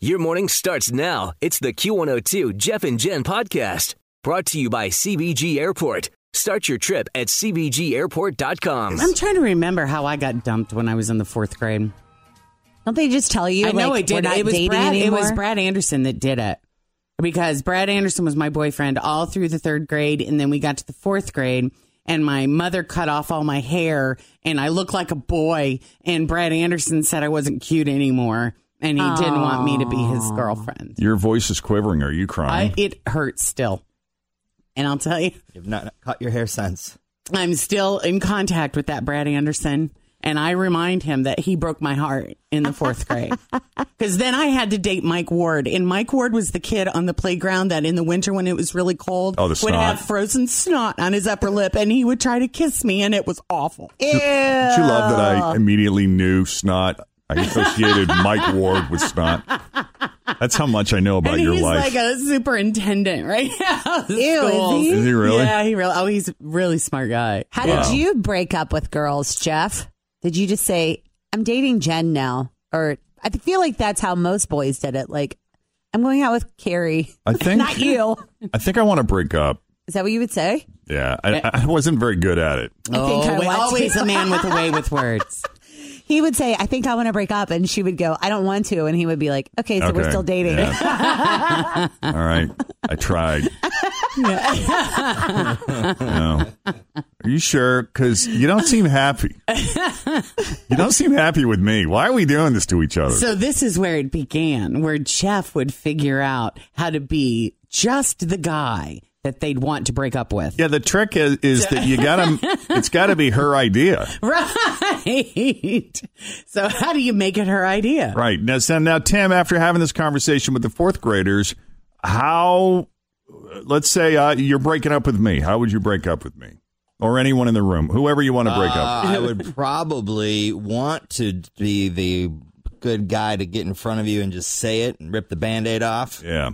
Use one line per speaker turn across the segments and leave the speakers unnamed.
Your morning starts now. It's the Q102 Jeff and Jen podcast brought to you by CBG Airport. Start your trip at CBGAirport.com.
I'm trying to remember how I got dumped when I was in the fourth grade.
Don't they just tell you?
I know
like,
it
We're
did.
not
It was
dating
Brad.
Anymore?
It was Brad Anderson that did it because Brad Anderson was my boyfriend all through the third grade, and then we got to the fourth grade, and my mother cut off all my hair, and I looked like a boy, and Brad Anderson said I wasn't cute anymore, and he didn't want me to be his girlfriend.
Your voice is quivering. Are you
I,
crying?
it hurts still, and I'll tell you.
You've not cut your hair since.
I'm still in contact with that Brad Anderson. And I remind him that he broke my heart in the fourth grade. Because then I had to date Mike Ward. And Mike Ward was the kid on the playground that in the winter when it was really cold
Oh, the
would
snot.
have frozen snot on his upper lip and he would try to kiss me and it was awful.
Don't you love that
Oh.
I immediately knew snot? I associated Mike Ward with snot. That's how much I know about
and
your
he's like
life.
a superintendent right now. of schools.
Is he really?
Yeah, he really. Oh, he's a really smart guy.
How
Wow.
did you break up with girls, Jeff? Did you just say, I'm dating Jen now? Or I feel like that's how most boys did it. Like, I'm going out with Carrie.
I think
Not you.
I think I want to break up.
Is that what you would say?
Yeah, I, I wasn't very good at it.
I think I
Oh,
want
always
to.
a man with a way with words.
He would say, I think I want to break up. And she would go, I don't want to. And he would be like, okay, so we're
Okay,
still dating.
yeah. All right, I tried. No. Are you sure? Because you don't seem happy. You don't seem happy with me. Why are we doing this to each other?
So this is where it began, where Jeff would figure out how to be just the guy that they'd want to break up with.
yeah, the trick is, is that you gotta. It's got to be her idea.
Right. So how do you make it her idea?
Right. Now, so now, Tim, after having this conversation with the fourth graders, how, let's say uh, you're breaking up with me, how would you break up with me? Or anyone in the room, whoever you want to break up.
Uh, I would probably want to be the good guy to get in front of you and just say it and rip the band-aid off.
Yeah.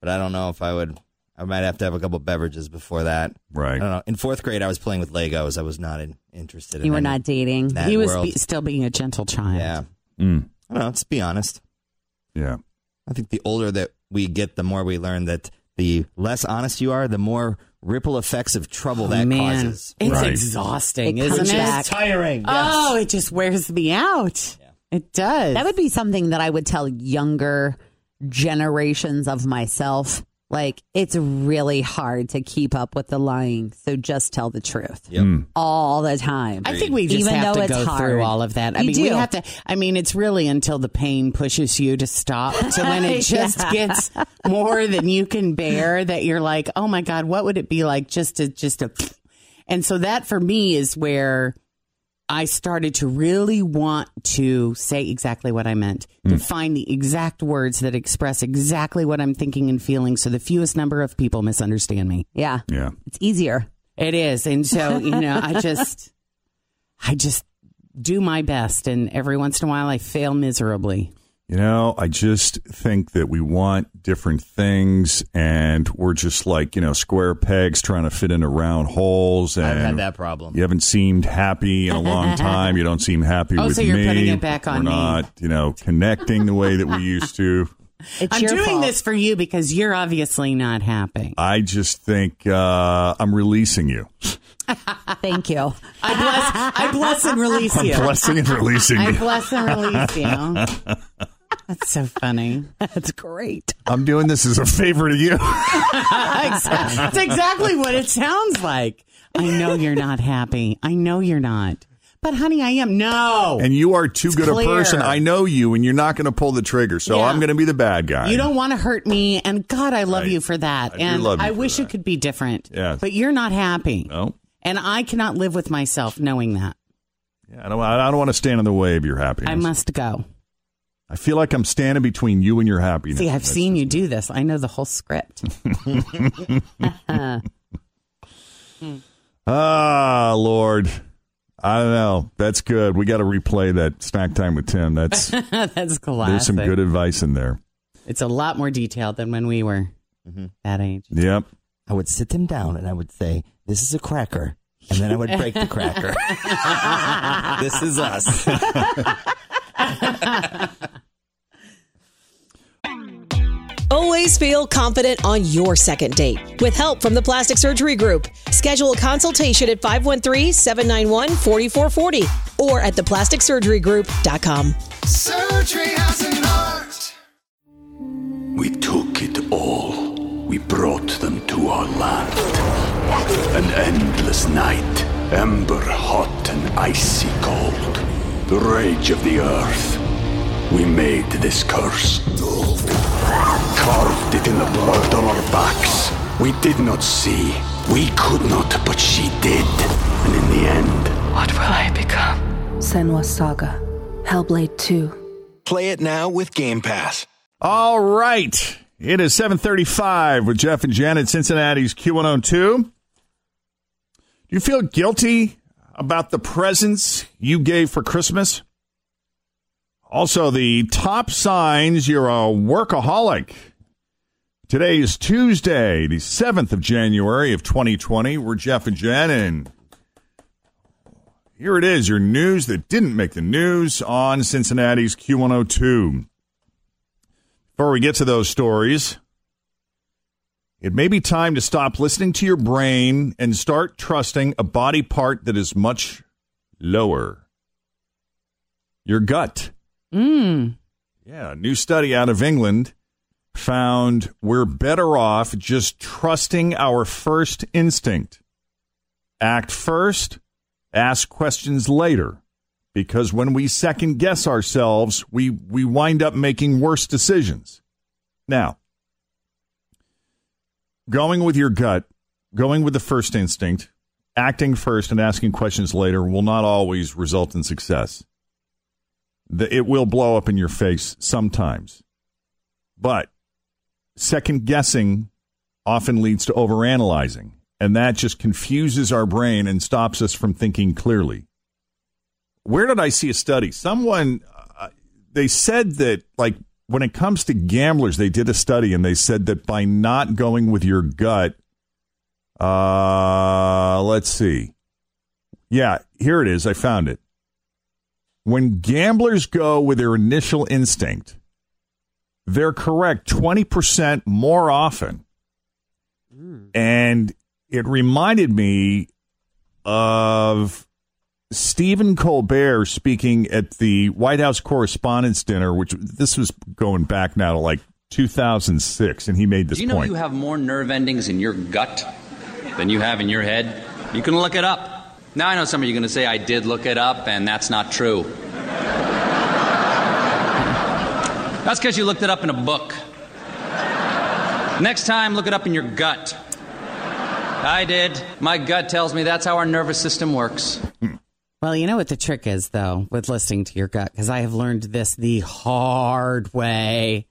But I don't know if I would I might have to have a couple beverages before that. I
Right.
don't know. In fourth grade I was playing with Legos. I was not in, interested in
You were
any-
not dating.
that
he was
world.
be- still being a gentle child.
Yeah.
Mm.
I don't know, let's be honest.
Yeah.
I think the older that we get, the more we learn that the less honest you are, the more ripple effects of trouble
Oh,
that
man,
causes.
it's
Right.
exhausting,
It
isn't
comes
it?
back.
tiring.
Oh, it just wears me out. It does.
That would be something that I would tell younger generations of myself. Like, it's really hard to keep up with the lying. So just tell the truth
Yep.
all the time.
I think we just
Even
have
though
to
it's
go
hard.
through all of that. I
You
mean,
do.
we have to. I mean, it's really until the pain pushes you to stop, to when it just
Yeah.
gets more than you can bear, that you're like, oh my god, what would it be like just to just to? And so that for me is where I started to really want to say exactly what I meant, to find the exact words that express exactly what I'm thinking and feeling, so the fewest number of people misunderstand me.
Yeah.
Yeah.
It's easier.
It is. And so, you know, I just I just do my best and every once in a while I fail miserably.
You know, I just think that we want different things and we're just like, you know, square pegs trying to fit into round holes. And
I've had that problem.
You haven't seemed happy in a long time. You don't seem happy
Oh,
with
so you're
me.
putting it back on
We're
me.
not, you know, connecting the way that we used to.
It's
I'm
your
doing
fault.
this for you because you're obviously not happy.
I just think uh, I'm releasing you.
Thank you.
I bless I bless and release
I'm
you.
blessing and releasing
I
you.
bless and release you. That's so funny.
That's great.
I'm doing this as a favor to you.
That's exactly what it sounds like. I know you're not happy. I know you're not. But honey, I am. No.
and you are too
It's
good
clear.
a person. I know you, and you're not going to pull the trigger. So
Yeah.
I'm going to be the bad guy.
you don't want to hurt me, and God, I love
Right.
you for that.
I do
and
love you
I
for
wish
that.
it could be different.
Yes.
But you're not happy.
No.
And I cannot live with myself knowing that.
Yeah, I don't. I don't want to stand in the way of your happiness.
I must go.
I feel like I'm standing between you and your happiness.
See, I've
That's
seen
just-
you do this. I know the whole script.
Ah, Lord. I don't know. That's good. We got to replay that snack time with Tim. That's
That's classic.
there's some good advice in there.
It's a lot more detailed than when we were
Mm-hmm.
that age.
Yep.
I would sit them down and I would say, "This is a cracker," and then I would break the cracker. this is us.
Always feel confident on your second date. With help from the Plastic Surgery Group, schedule a consultation at 513-791-4440 or at theplasticsurgerygroup.com.
Surgery has an art.
We took it all. We brought them to our land. An endless night, ember hot and icy cold. The rage of the earth. We made this curse. Carved it in the blood on our backs. We did not see. We could not, but she did. And in the end,
What will I become? Senwa Saga. Hellblade 2.
Play it now with Game Pass.
All right. It is 735 with Jeff and Jen at Cincinnati's Q102. Do you feel guilty about the presents you gave for Christmas? Also, the top signs you're a workaholic. Today is Tuesday, the 7th of January of 2020. We're Jeff and Jen, and here it is your news that didn't make the news on Cincinnati's Q102 before we get to those stories, it may be time to stop listening to your brain and start trusting a body part that is much lower your gut.
Mm.
Yeah, a new study out of England found we're better off just trusting our first instinct. Act first, ask questions later. Because when we second guess ourselves, we, we wind up making worse decisions. Now, going with your gut, going with the first instinct, acting first and asking questions later will not always result in success the, it will blow up in your face sometimes. But second guessing often leads to overanalyzing, and that just confuses our brain and stops us from thinking clearly. Where did I see a study? Someone uh, they said that like when it comes to gamblers, they did a study and they said that by not going with your gut, uh, let's see. Yeah, here it is. I found it when gamblers go with their initial instinct, they're correct 20% more often.
Hmm.
And it reminded me of Stephen Colbert speaking at the White House Correspondents' Dinner, which this was going back now to like 2006, and he made this
Do you know
point.
you have more nerve endings in your gut than you have in your head? You can look it up. Now I know some of you are going to say, I did look it up, and that's not true. that's because you looked it up in a book. Next time, look it up in your gut. I did. My gut tells me that's how our nervous system works.
Well, you know what the trick is, though, with listening to your gut, because I have learned this the hard way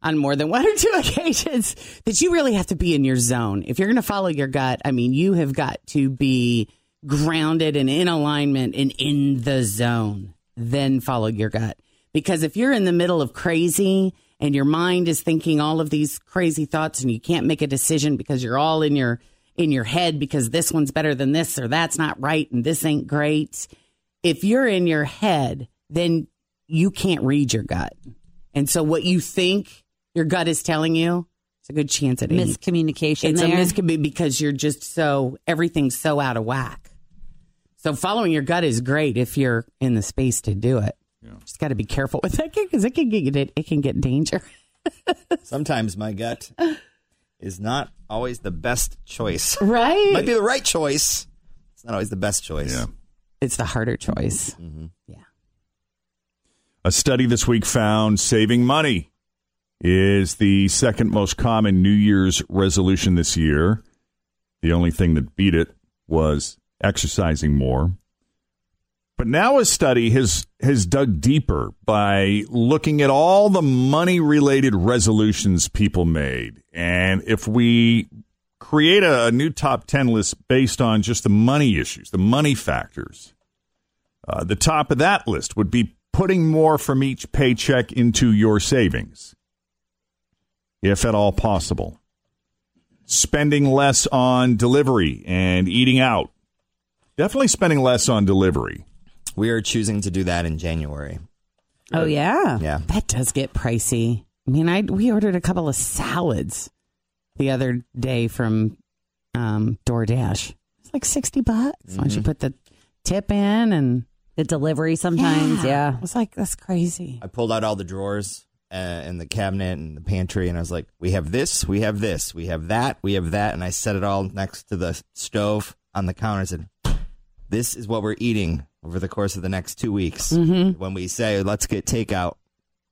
on more than one or two occasions that you really have to be in your zone. If you're going to follow your gut, I mean, you have got to be grounded and in alignment and in the zone. Then follow your gut. Because if you're in the middle of crazy and your mind is thinking all of these crazy thoughts and you can't make a decision because you're all in your in your head because this one's better than this or that's not right and this ain't great. If you're in your head, then you can't read your gut. And so what you think your gut is telling you, it's a good chance it ain't.
Miscommunication
It's
there.
a miscommunication because you're just so everything's so out of whack. So following your gut is great if you're in the space to do it. Just got to be careful with that because it can get it, it can get dangerous.
Sometimes my gut is not always the best choice.
Right.
Might be the right choice. It's not always the best choice. Yeah.
It's the harder choice.
A study this week found saving money is the second most common New Year's resolution this year. The only thing that beat it was exercising more. But now a study has has dug deeper by looking at all the money related resolutions people made. And if we create a, a new top 10 list based on just the money issues, the money factors, uh, the top of that list would be putting more from each paycheck into your savings, if at all possible. Spending less on delivery and eating out. Definitely spending less on delivery.
We are choosing to do that in January.
Oh yeah,
Yeah.
That does get pricey. I mean, I we ordered a couple of salads the other day from um, DoorDash. It's like sixty bucks. Once
Mm-hmm.
you put the tip in and
the delivery sometimes, yeah.
I was like, that's crazy.
I pulled out all the drawers uh, and the cabinet and the pantry, and I was like, "We have this, we have this, we have that, we have that," and I set it all next to the stove on the counter. and said, "This is what we're eating over the course of the next two weeks."
Mm-hmm.
When we say, "Let's get takeout,"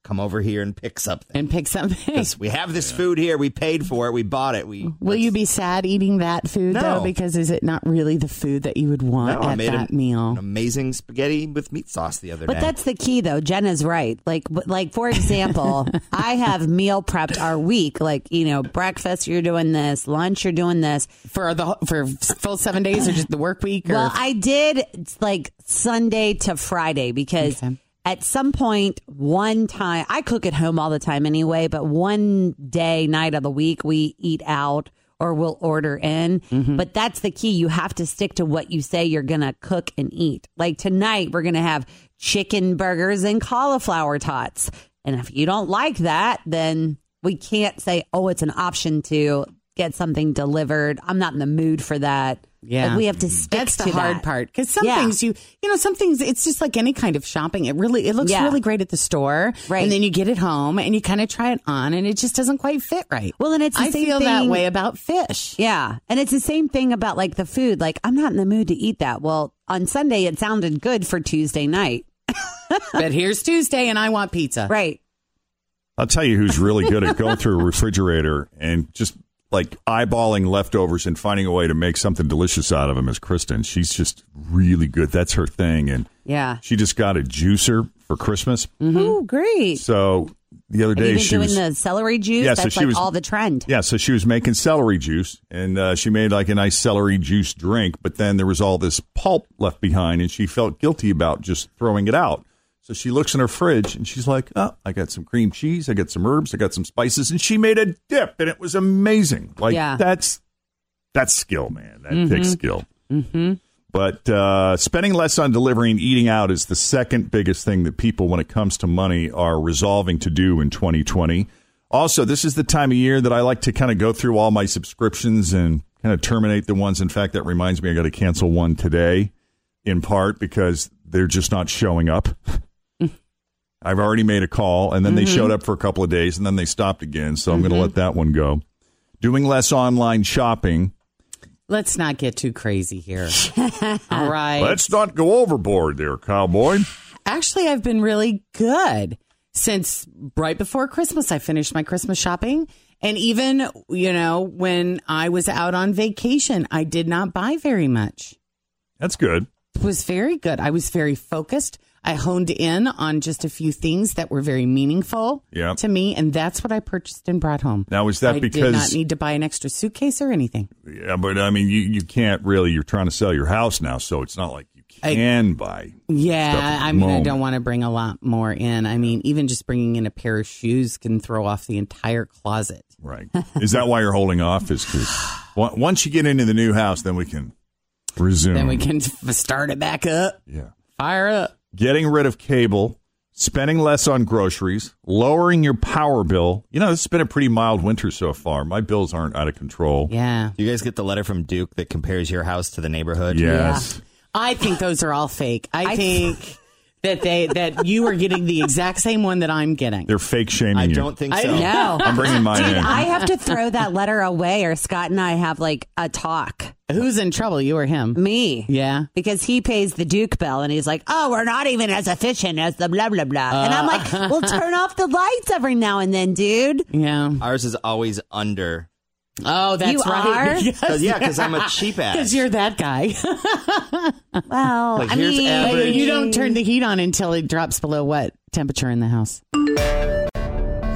come over here and pick something.
And pick something.
'Cause we have this food here. We paid for it. We bought it. We
Will you be sad eating that food
No.
though? Because is it not really the food that you would want
No, I
at
made
that
an-
meal?
an amazing spaghetti with meat sauce the other
But
day.
that's the key, though. Jenna's right. Like, but, like for example, I have meal prepped our week. Like, you know, breakfast you're doing this, lunch you're doing this.
For the whole- for full seven days or just the work week? Or
Well, I did it's like Sunday to Friday because at some point, one time, I cook at home all the time anyway, but one day, night of the week, we eat out or we'll order in.
Mm-hmm.
But that's the key. You have to stick to what you say you're going to cook and eat. Like tonight, we're going to have chicken burgers and cauliflower tots. And if you don't like that, then we can't say, oh, it's an option to get something delivered. I'm not in the mood for that.
Yeah.
Like, we have to stick
That's the
to
hard
that.
part because some
Yeah.
things you you know some things it's just like any kind of shopping. It really it looks
Yeah.
really great at the store,
Right.
And then you get it home and you kind of try it on, and it just doesn't quite fit right.
Well, and it's the
I
same
feel that
thing-
way about fish.
Yeah. And it's the same thing about like the food. Like, I'm not in the mood to eat that. Well, on Sunday, it sounded good for Tuesday night.
but here's Tuesday, and I want pizza.
Right.
I'll tell you who's really good at going through a refrigerator and just like eyeballing leftovers and finding a way to make something delicious out of them is Kristen. She's just really good. That's her thing. And
Yeah.
she just got a juicer for Christmas.
Oh, great.
So the other day
Even
she
doing
was
the celery juice,
Yeah, so
that's
she
like
was-
all the trend.
yeah, so she was making celery juice and uh, she made like a nice celery juice drink, but then there was all this pulp left behind and she felt guilty about just throwing it out. So she looks in her fridge and she's like, "Oh, I got some cream cheese, I got some herbs, I got some spices," and she made a dip and it was amazing. Like
Yeah.
that's that's skill, man. That takes skill. But uh, spending less on delivery and eating out is the second biggest thing that people, when it comes to money, are resolving to do in 2020. Also, this is the time of year that I like to kind of go through all my subscriptions and kind of terminate the ones. In fact, that reminds me, I got to cancel one today, in part because they're just not showing up. I've already made a call, and then they
Mm-hmm.
showed up for a couple of days, and then they stopped again. So I'm going to let that one go. Doing less online shopping.
Let's not get too crazy here. all right.
Let's not go overboard there, cowboy.
Actually, I've been really good since right before Christmas. I finished my Christmas shopping. And even, you know, when I was out on vacation, I did not buy very much.
That's good.
It was very good. I was very focused. I honed in on just a few things that were very meaningful
Yeah.
to me. And that's what I purchased and brought home.
Now, is that
I did not
because?
need to buy an extra suitcase or anything.
yeah, but I mean, you, you can't really. You're trying to sell your house now, so it's not like you
I-
can buy. Stuff
Yeah,
at
I
the
mean, I
moment.
don't want to bring a lot more in. I mean, even just bringing in a pair of shoes can throw off the entire closet.
Right? Is that why you're holding off? Is because once you get into the new house, then we can resume.
Then we can f- start it back up,
Yeah.
fire up.
Getting rid of cable, spending less on groceries, lowering your power bill. You know, this has been a pretty mild winter so far. My bills aren't out of control.
Yeah.
you guys get the letter from Duke that compares your house to the neighborhood.
Yes.
I think those are all fake. I,
I-
think that they that you are getting the exact same one that I'm getting.
They're fake shaming I you.
don't think so.
No.
I'm bringing mine
Dude,
in.
I have to throw that letter away, or Scott and I have like a talk.
Who's in trouble, you or him?
Me.
Yeah.
Because he pays the Duke bill and he's like, oh, we're not even as efficient as the blah, blah, blah. and I'm like,
Uh.
well, turn off the lights every now and then, dude.
Yeah.
Ours is always under.
Oh, that's
You
right.
are?
'Cause- yeah, 'cause I'm a cheap ass.
Because you're that guy. Oh,
well,
Like, I here's mean- average-
you don't turn the heat on until it drops below what temperature in the house.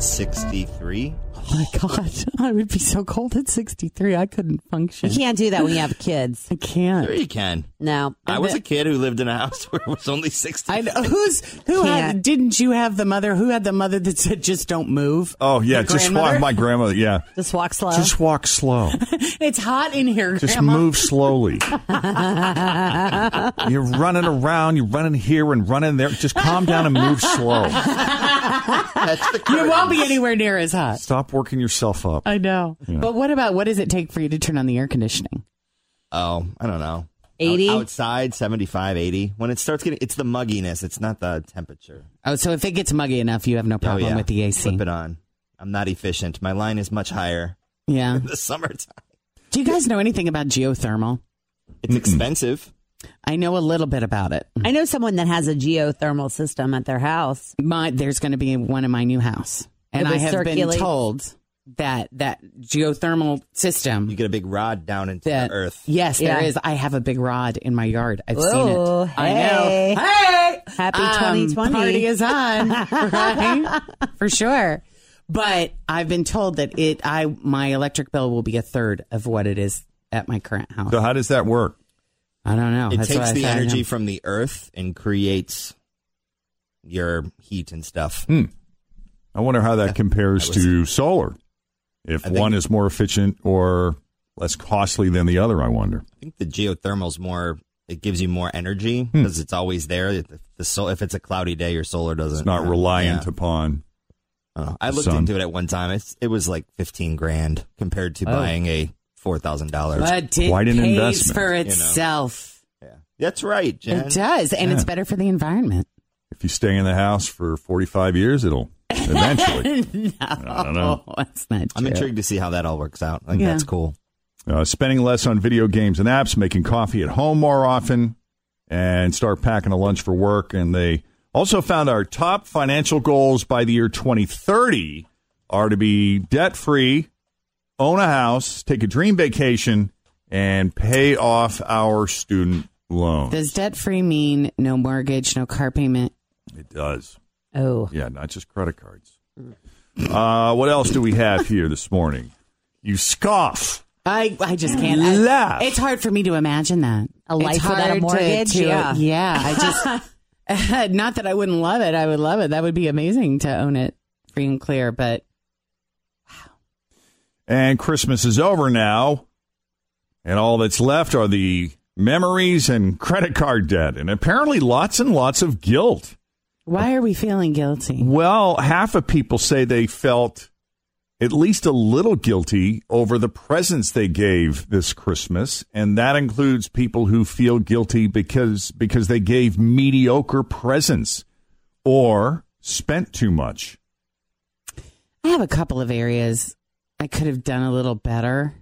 63.
Oh my god, I would be so cold at 63. I couldn't function.
You can't do that when you have kids.
I can't.
Sure you can.
No.
I was a kid who lived in a house where it was only 60.
I know. Who's who had,
Can't.
didn't you have the mother who had the mother that said just don't move?
Oh yeah,
The
just walk.
grandmother?
My grandmother. Yeah,
Just walk slow.
just walk slow.
it's hot in here.
Just
Grandma.
move slowly. You're running around. You're running here and running there. Just calm down and move slow.
You won't be anywhere near as hot.
Stop working yourself up.
I know.
Yeah.
But what about what does it take for you to turn on the air conditioning?
Oh, I don't know.
80?
Out- outside, 75, 80. When it starts getting, it's the mugginess. It's not the temperature.
Oh, so if it gets muggy enough, you have no problem
yeah.
with the AC.
Flip it on. I'm not efficient. My line is much higher
Yeah.
in the summertime.
Do you guys know anything about geothermal?
It's expensive.
I know a little bit about it.
I know someone that has a geothermal system at their house.
My there's going to be one in my new house, and
It
I
was
have been
circulates.
told that that geothermal system
You get a big rod down into
that
the earth.
Yes, there
Yeah.
is. I have a big rod in my yard. I've seen it.
Whoa,
I know.
hey.
Hey,
Happy
Um,
2020.
Party is on, right? For sure. But I've been told that it, I, my electric bill will be a third of what it is at my current house.
So how does that work?
I don't know.
It
Oh, That's what
takes
I
the
said.
energy from the earth and creates your heat and stuff.
I wonder how that compares
That was-
to solar. If
I think-
one is more efficient or less costly than the other, I wonder.
I think the geothermal's more. It gives you more energy
Hmm.
because it's always there. If the sol- if it's a cloudy day, your solar doesn't.
It's not
uh,
reliant
yeah.
upon.
I don't know. I
the
looked
sun.
into it at one time. It's, it was like fifteen grand compared to
Oh.
buying a four thousand dollars.
But it
Quite an
pays
investment,
for
you know.
itself.
Yeah, that's right, Jen.
It does, and it's
Yeah.
better for the environment.
If you stay in the house for 45 years, it'll eventually.
no,
don't know.
that's not true.
I'm intrigued to see how that all works out. Like
Yeah.
that's cool.
uh, spending less on video games and apps, making coffee at home more often, and start packing a lunch for work. And they also found our top financial goals by the year 2030 are to be debt free, own a house, take a dream vacation, and pay off our student loan.
Does debt free mean no mortgage, no car payment?
It does.
Oh.
Yeah, not just credit cards. Uh, what else do we have here this morning? You scoff.
I, I just can't. I-
Laugh.
it's hard for me to imagine that.
A
It's
life without a
hard to-
mortgage?
to-
Yeah.
I just, not that I wouldn't love it. I would love it. That would be amazing to own it free and clear. But
And Christmas is over now. And all that's left are the memories and credit card debt. And apparently, lots and lots of guilt.
why are we feeling guilty?
Well, half of people say they felt at least a little guilty over the presents they gave this Christmas. And that includes people who feel guilty because, because they gave mediocre presents or spent too much.
I have a couple of areas I could have done a little better.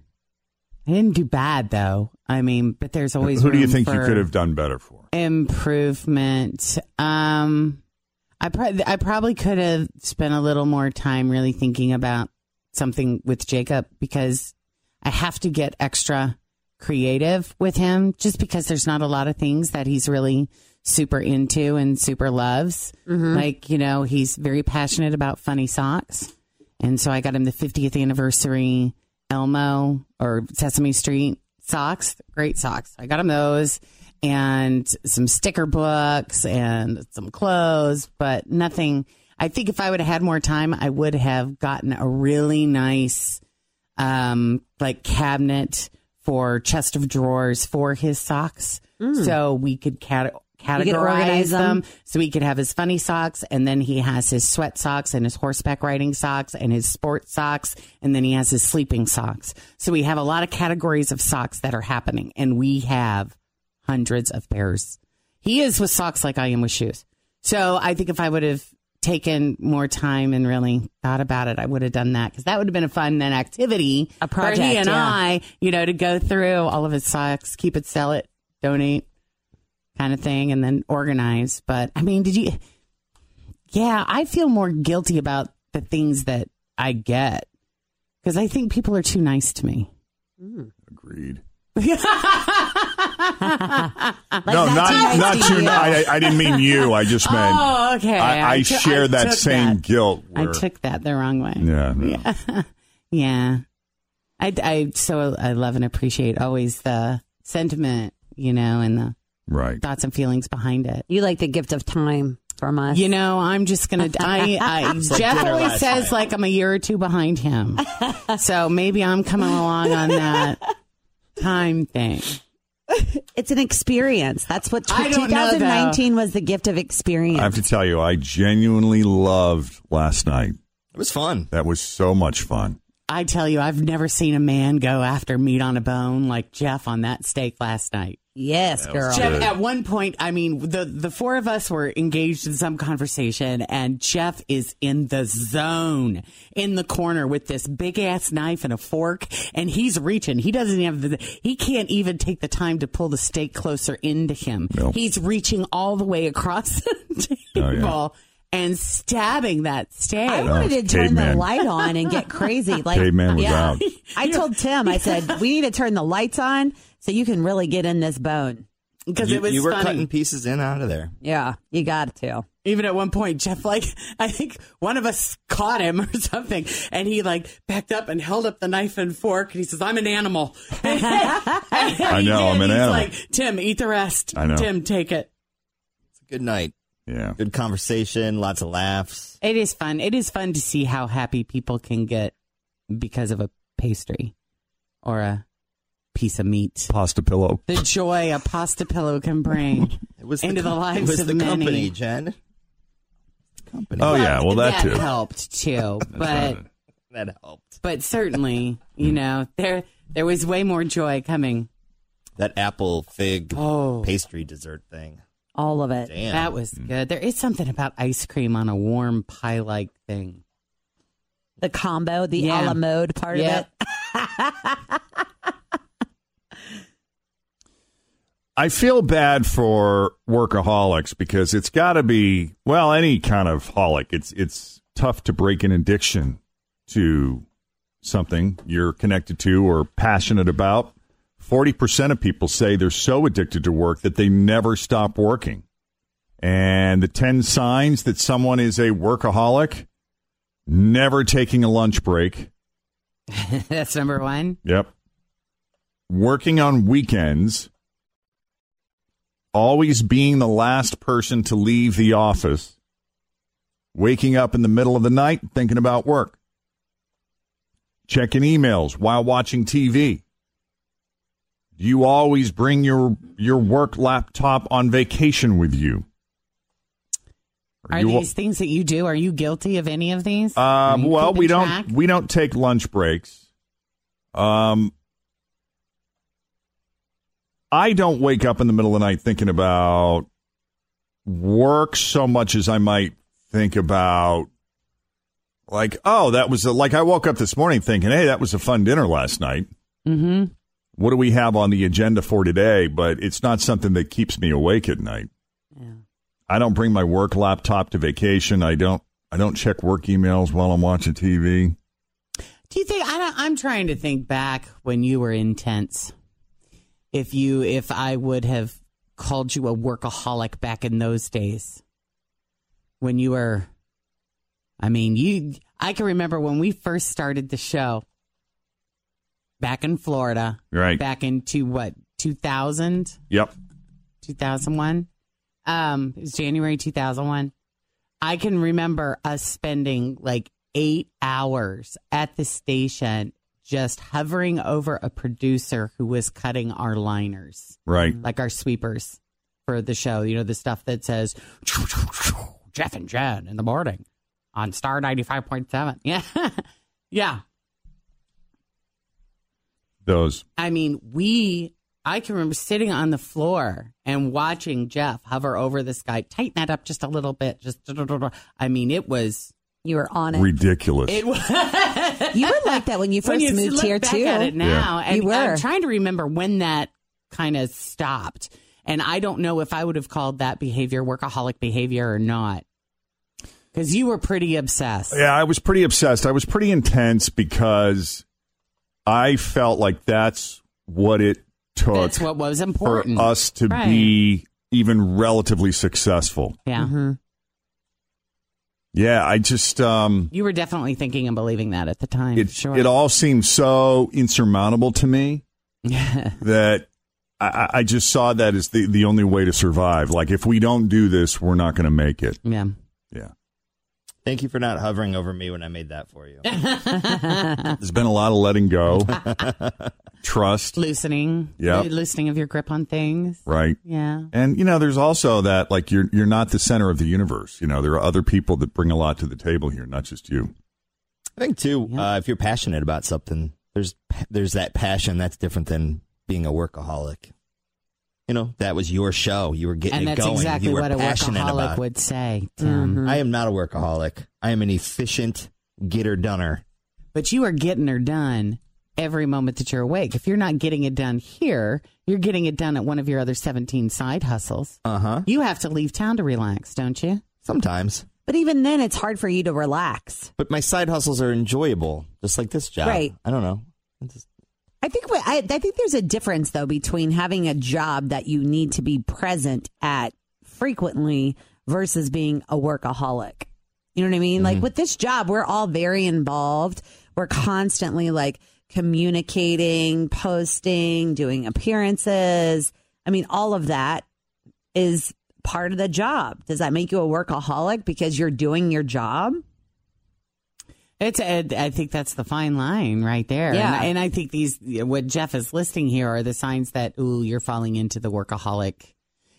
I didn't do bad though. I mean, but there's always
Who do you
room
think you
for-
could have done better for?
improvement. Um, I pro- I probably could have spent a little more time really thinking about something with Jacob because I have to get extra creative with him just because there's not a lot of things that he's really super into and super loves. Like, you know, he's very passionate about funny socks. And so I got him the 50th anniversary Elmo or Sesame Street socks, great socks. I got him those and some sticker books and some clothes, but nothing. I think if I would have had more time, I would have gotten a really nice, um, like cabinet for chest of drawers for his socks. So we could cat-
could
categorize
organize
them.
them.
So he could have his funny socks, and then he has his sweat socks and his horseback riding socks and his sports socks, and then he has his sleeping socks. So we have a lot of categories of socks that are happening, and we have hundreds of pairs. He is with socks like I am with shoes. So I think if I would have taken more time and really thought about it, I would have done that because that would have been a fun then activity. A
project,
for he and
yeah.
I, you know, to go through all of his socks, keep it, sell it, donate, kind of thing, and then organize. But I mean, did you? Yeah, I feel more guilty about the things that I get because I think people are too nice to me.
Agreed. no,
that's
not
nice
not
to
you.
you.
I, I didn't mean you. I just meant.
Oh, okay.
I, I,
I took-
share
I
that
took
same
that.
guilt.
I
where-
took that the wrong way.
Yeah. no.
Yeah. I, I so I love and appreciate always the sentiment, you know, and the
right
thoughts and feelings behind it.
You like the gift of time from us.
You know, I'm just gonna. I, I
It's like
Jeff
dinner
always
last
says
night.
like I'm a year or two behind him, so maybe I'm coming along on that time thing.
It's an experience. That's what
I don't know, though.
2019 was the gift of experience.
I have to tell you, I genuinely loved last night.
It was fun.
That was so much fun.
I tell you, I've never seen a man go after meat on a bone like Jeff on that steak last night.
Yes, girl.
Jeff, at one point, I mean, the the four of us were engaged in some conversation, and Jeff is in the zone, in the corner with this big ass knife and a fork, and he's reaching. He doesn't have the, he can't even take the time to pull the steak closer into him.
No.
He's reaching all the way across the
Oh, yeah.
table and stabbing that steak.
I wanted to turn
caveman.
the light on and get crazy. Like
Caveman was
yeah.
out.
I told Tim, I said, we need to turn the lights on so you can really get in this bone.
because
you,
it was
you were
funny.
cutting pieces in out of there.
Yeah, you got to.
Even at one point, Jeff, like, I think one of us caught him or something, and he, like, backed up and held up the knife and fork, and he says, I'm an animal. I
know, I'm an animal.
like, Tim, eat the rest.
I know.
Tim, take it.
It's a good night.
Yeah.
Good conversation. Lots of laughs.
It is fun. It is fun to see how happy people can get because of a pastry or a piece of meat.
Pasta pillow.
The joy a pasta pillow can bring
It was
into the,
com-
lives
it was
of
the
many.
company, Jen. Company.
Oh yeah. Well, that too.
helped too, but.
right.
that helped.
but certainly,
Mm.
you know, there there was way more joy coming.
That apple fig
Oh,
pastry dessert thing.
All of it.
Damn.
that was
Mm.
good. There is something about ice cream on a warm pie like thing.
The combo, the
Yeah.
a la mode part of
Yep.
it.
I feel bad for workaholics because it's got to be well any kind of holic. It's it's tough to break an addiction to something you're connected to or passionate about. Forty percent of people say they're so addicted to work that they never stop working. And the ten signs that someone is a workaholic: never taking a lunch break.
That's number one.
Yep. Working on weekends, always being the last person to leave the office, waking up in the middle of the night thinking about work, checking emails while watching TV. Do you always bring your your work laptop on vacation with you?
Are
you,
these things that you do? Are you guilty of any of these? Are
um,
you
well,
keeping
we
track?
don't we don't take lunch breaks. Um, I don't wake up in the middle of the night thinking about work so much as I might think about like, oh, that was a, like I woke up this morning thinking, hey, that was a fun dinner last night.
Mhm.
What do we have on the agenda for today? But it's not something that keeps me awake at night. I don't bring my work laptop to vacation. I don't. I don't check work emails while I'm watching TV.
Do you think I don't, I'm trying to think back when you were intense? If you, if I would have called you a workaholic back in those days, when you were, I mean, you, I can remember when we first started the show back in Florida,
Right.
Back into what 2000.
Yep.
2001. Um, it was January 2001. I can remember us spending like eight hours at the station just hovering over a producer who was cutting our liners,
Right.
like our sweepers for the show. You know, the stuff that says Jeff and Jen in the morning on Star 95.7. Yeah. yeah.
Those.
I mean, we I can remember sitting on the floor and watching Jeff hover over this guy, tighten that up just a little bit. Just, I mean, it was.
You were on
Ridiculous.
It was.
you were like that when you first
when you
moved
look
here
back
too.
At it now, and
you were.
I'm trying to remember when that kind of stopped, and I don't know if I would have called that behavior workaholic behavior or not, because you were pretty obsessed.
Yeah, I was pretty obsessed. I was pretty intense because I felt like that's what it took
That's what was
for
important
us to
Right.
be even relatively successful.
Yeah,
Mm-hmm.
Yeah, I just um
you were definitely thinking and believing that at the time.
it
sure,
it all seemed so insurmountable to me that I- I, I just saw that as the, the only way to survive. Like if we don't do this, we're not gonna make it.
Yeah.
Yeah.
Thank you for not hovering over me when I made that for you.
There's been a lot of letting go. trust.
loosening.
Yep.
loosening of your grip on things.
Right.
Yeah.
And you know, there's also that like you're you're not the center of the universe. You know, there are other people that bring a lot to the table here, not just you.
I think too, uh, if you're passionate about something, there's there's that passion that's different than being a workaholic. You know, that was your show. You were getting it
And that's
going.
exactly
you were
what a
passionate about.
workaholic
it. Mm-hmm.
would say. Tim.
I am not a workaholic. I am an efficient getter doneer.
But you are getting her done every moment that you're awake. If you're not getting it done here, you're getting it done at one of your other 17 side hustles.
Uh huh.
You have to leave town to relax, don't you?
Sometimes.
But even then, it's hard for you to relax.
But my side hustles are enjoyable, just like this job.
Right.
I don't know.
I think what- I, I think there's a difference though between having a job that you need to be present at frequently versus being a workaholic. You know what I mean? Like with this job, we're all very involved. We're constantly like communicating, posting, doing appearances. I mean, all of that is part of the job. Does that make you a workaholic because you're doing your job?
It's a, I think that's the fine line right there.
Yeah.
And, and I think these what Jeff is listing here are the signs that ooh you're falling into the workaholic.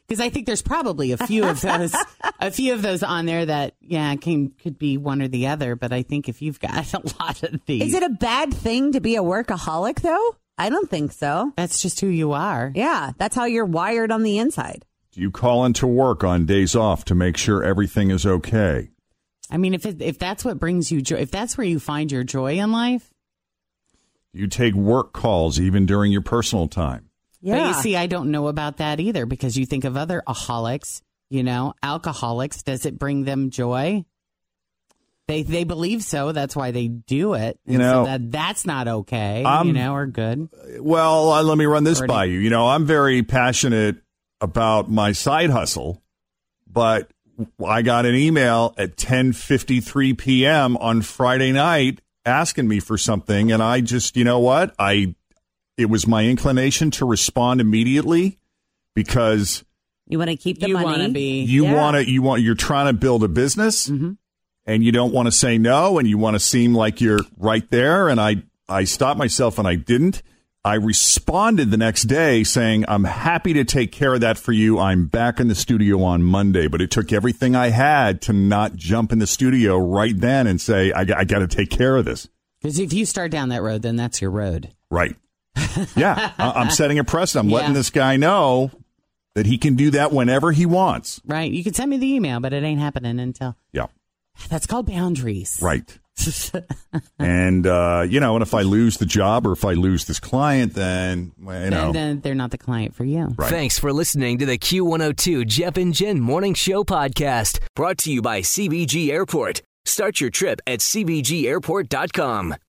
Because I think there's probably a few of those, a few of those on there that yeah can could be one or the other. But I think if you've got a lot of these,
Is it a bad thing to be a workaholic though? I don't think so.
That's just who you are.
Yeah, that's how you're wired on the inside.
Do you call into work on days off to make sure everything is okay?
I mean, if it, if that's what brings you joy, if that's where you find your joy in life,
Do you take work calls even during your personal time?
But
Yeah.
you see, I don't know about that either because you think of other aholics, you know, alcoholics. Does it bring them joy? They they believe so. That's why they do it.
You
And
know,
so that that's not okay. you
I'm-
know, or good.
Well, uh, let me run this by you. You know, I'm very passionate about my side hustle, but I got an email at 10:53 p.m. on Friday night asking me for something and I just, you know what? I it was my inclination to respond immediately because
You want to keep the
You
money.
want to be.
you want to you want you're trying to build a business and you don't want to say no and you want to seem like you're right there and i i stopped myself and i didn't i responded the next day saying i'm happy to take care of that for you i'm back in the studio on monday but it took everything i had to not jump in the studio right then and say i, got to take care of this
because if you start down that road, then that's your road.
right yeah I, i'm setting a precedent i'm letting
Yeah.
this guy know that he can do that whenever he wants
Right. You could send me the email, but it ain't happening until
yeah
that's called boundaries.
right and uh, you know, and if I lose the job or if I lose this client, then well, you know,
And then they're not the client for you.
Right.
Thanks for listening to the Q102 Jeff and Jen Morning Show podcast brought to you by CBG Airport. Start your trip at CBGAirport.com.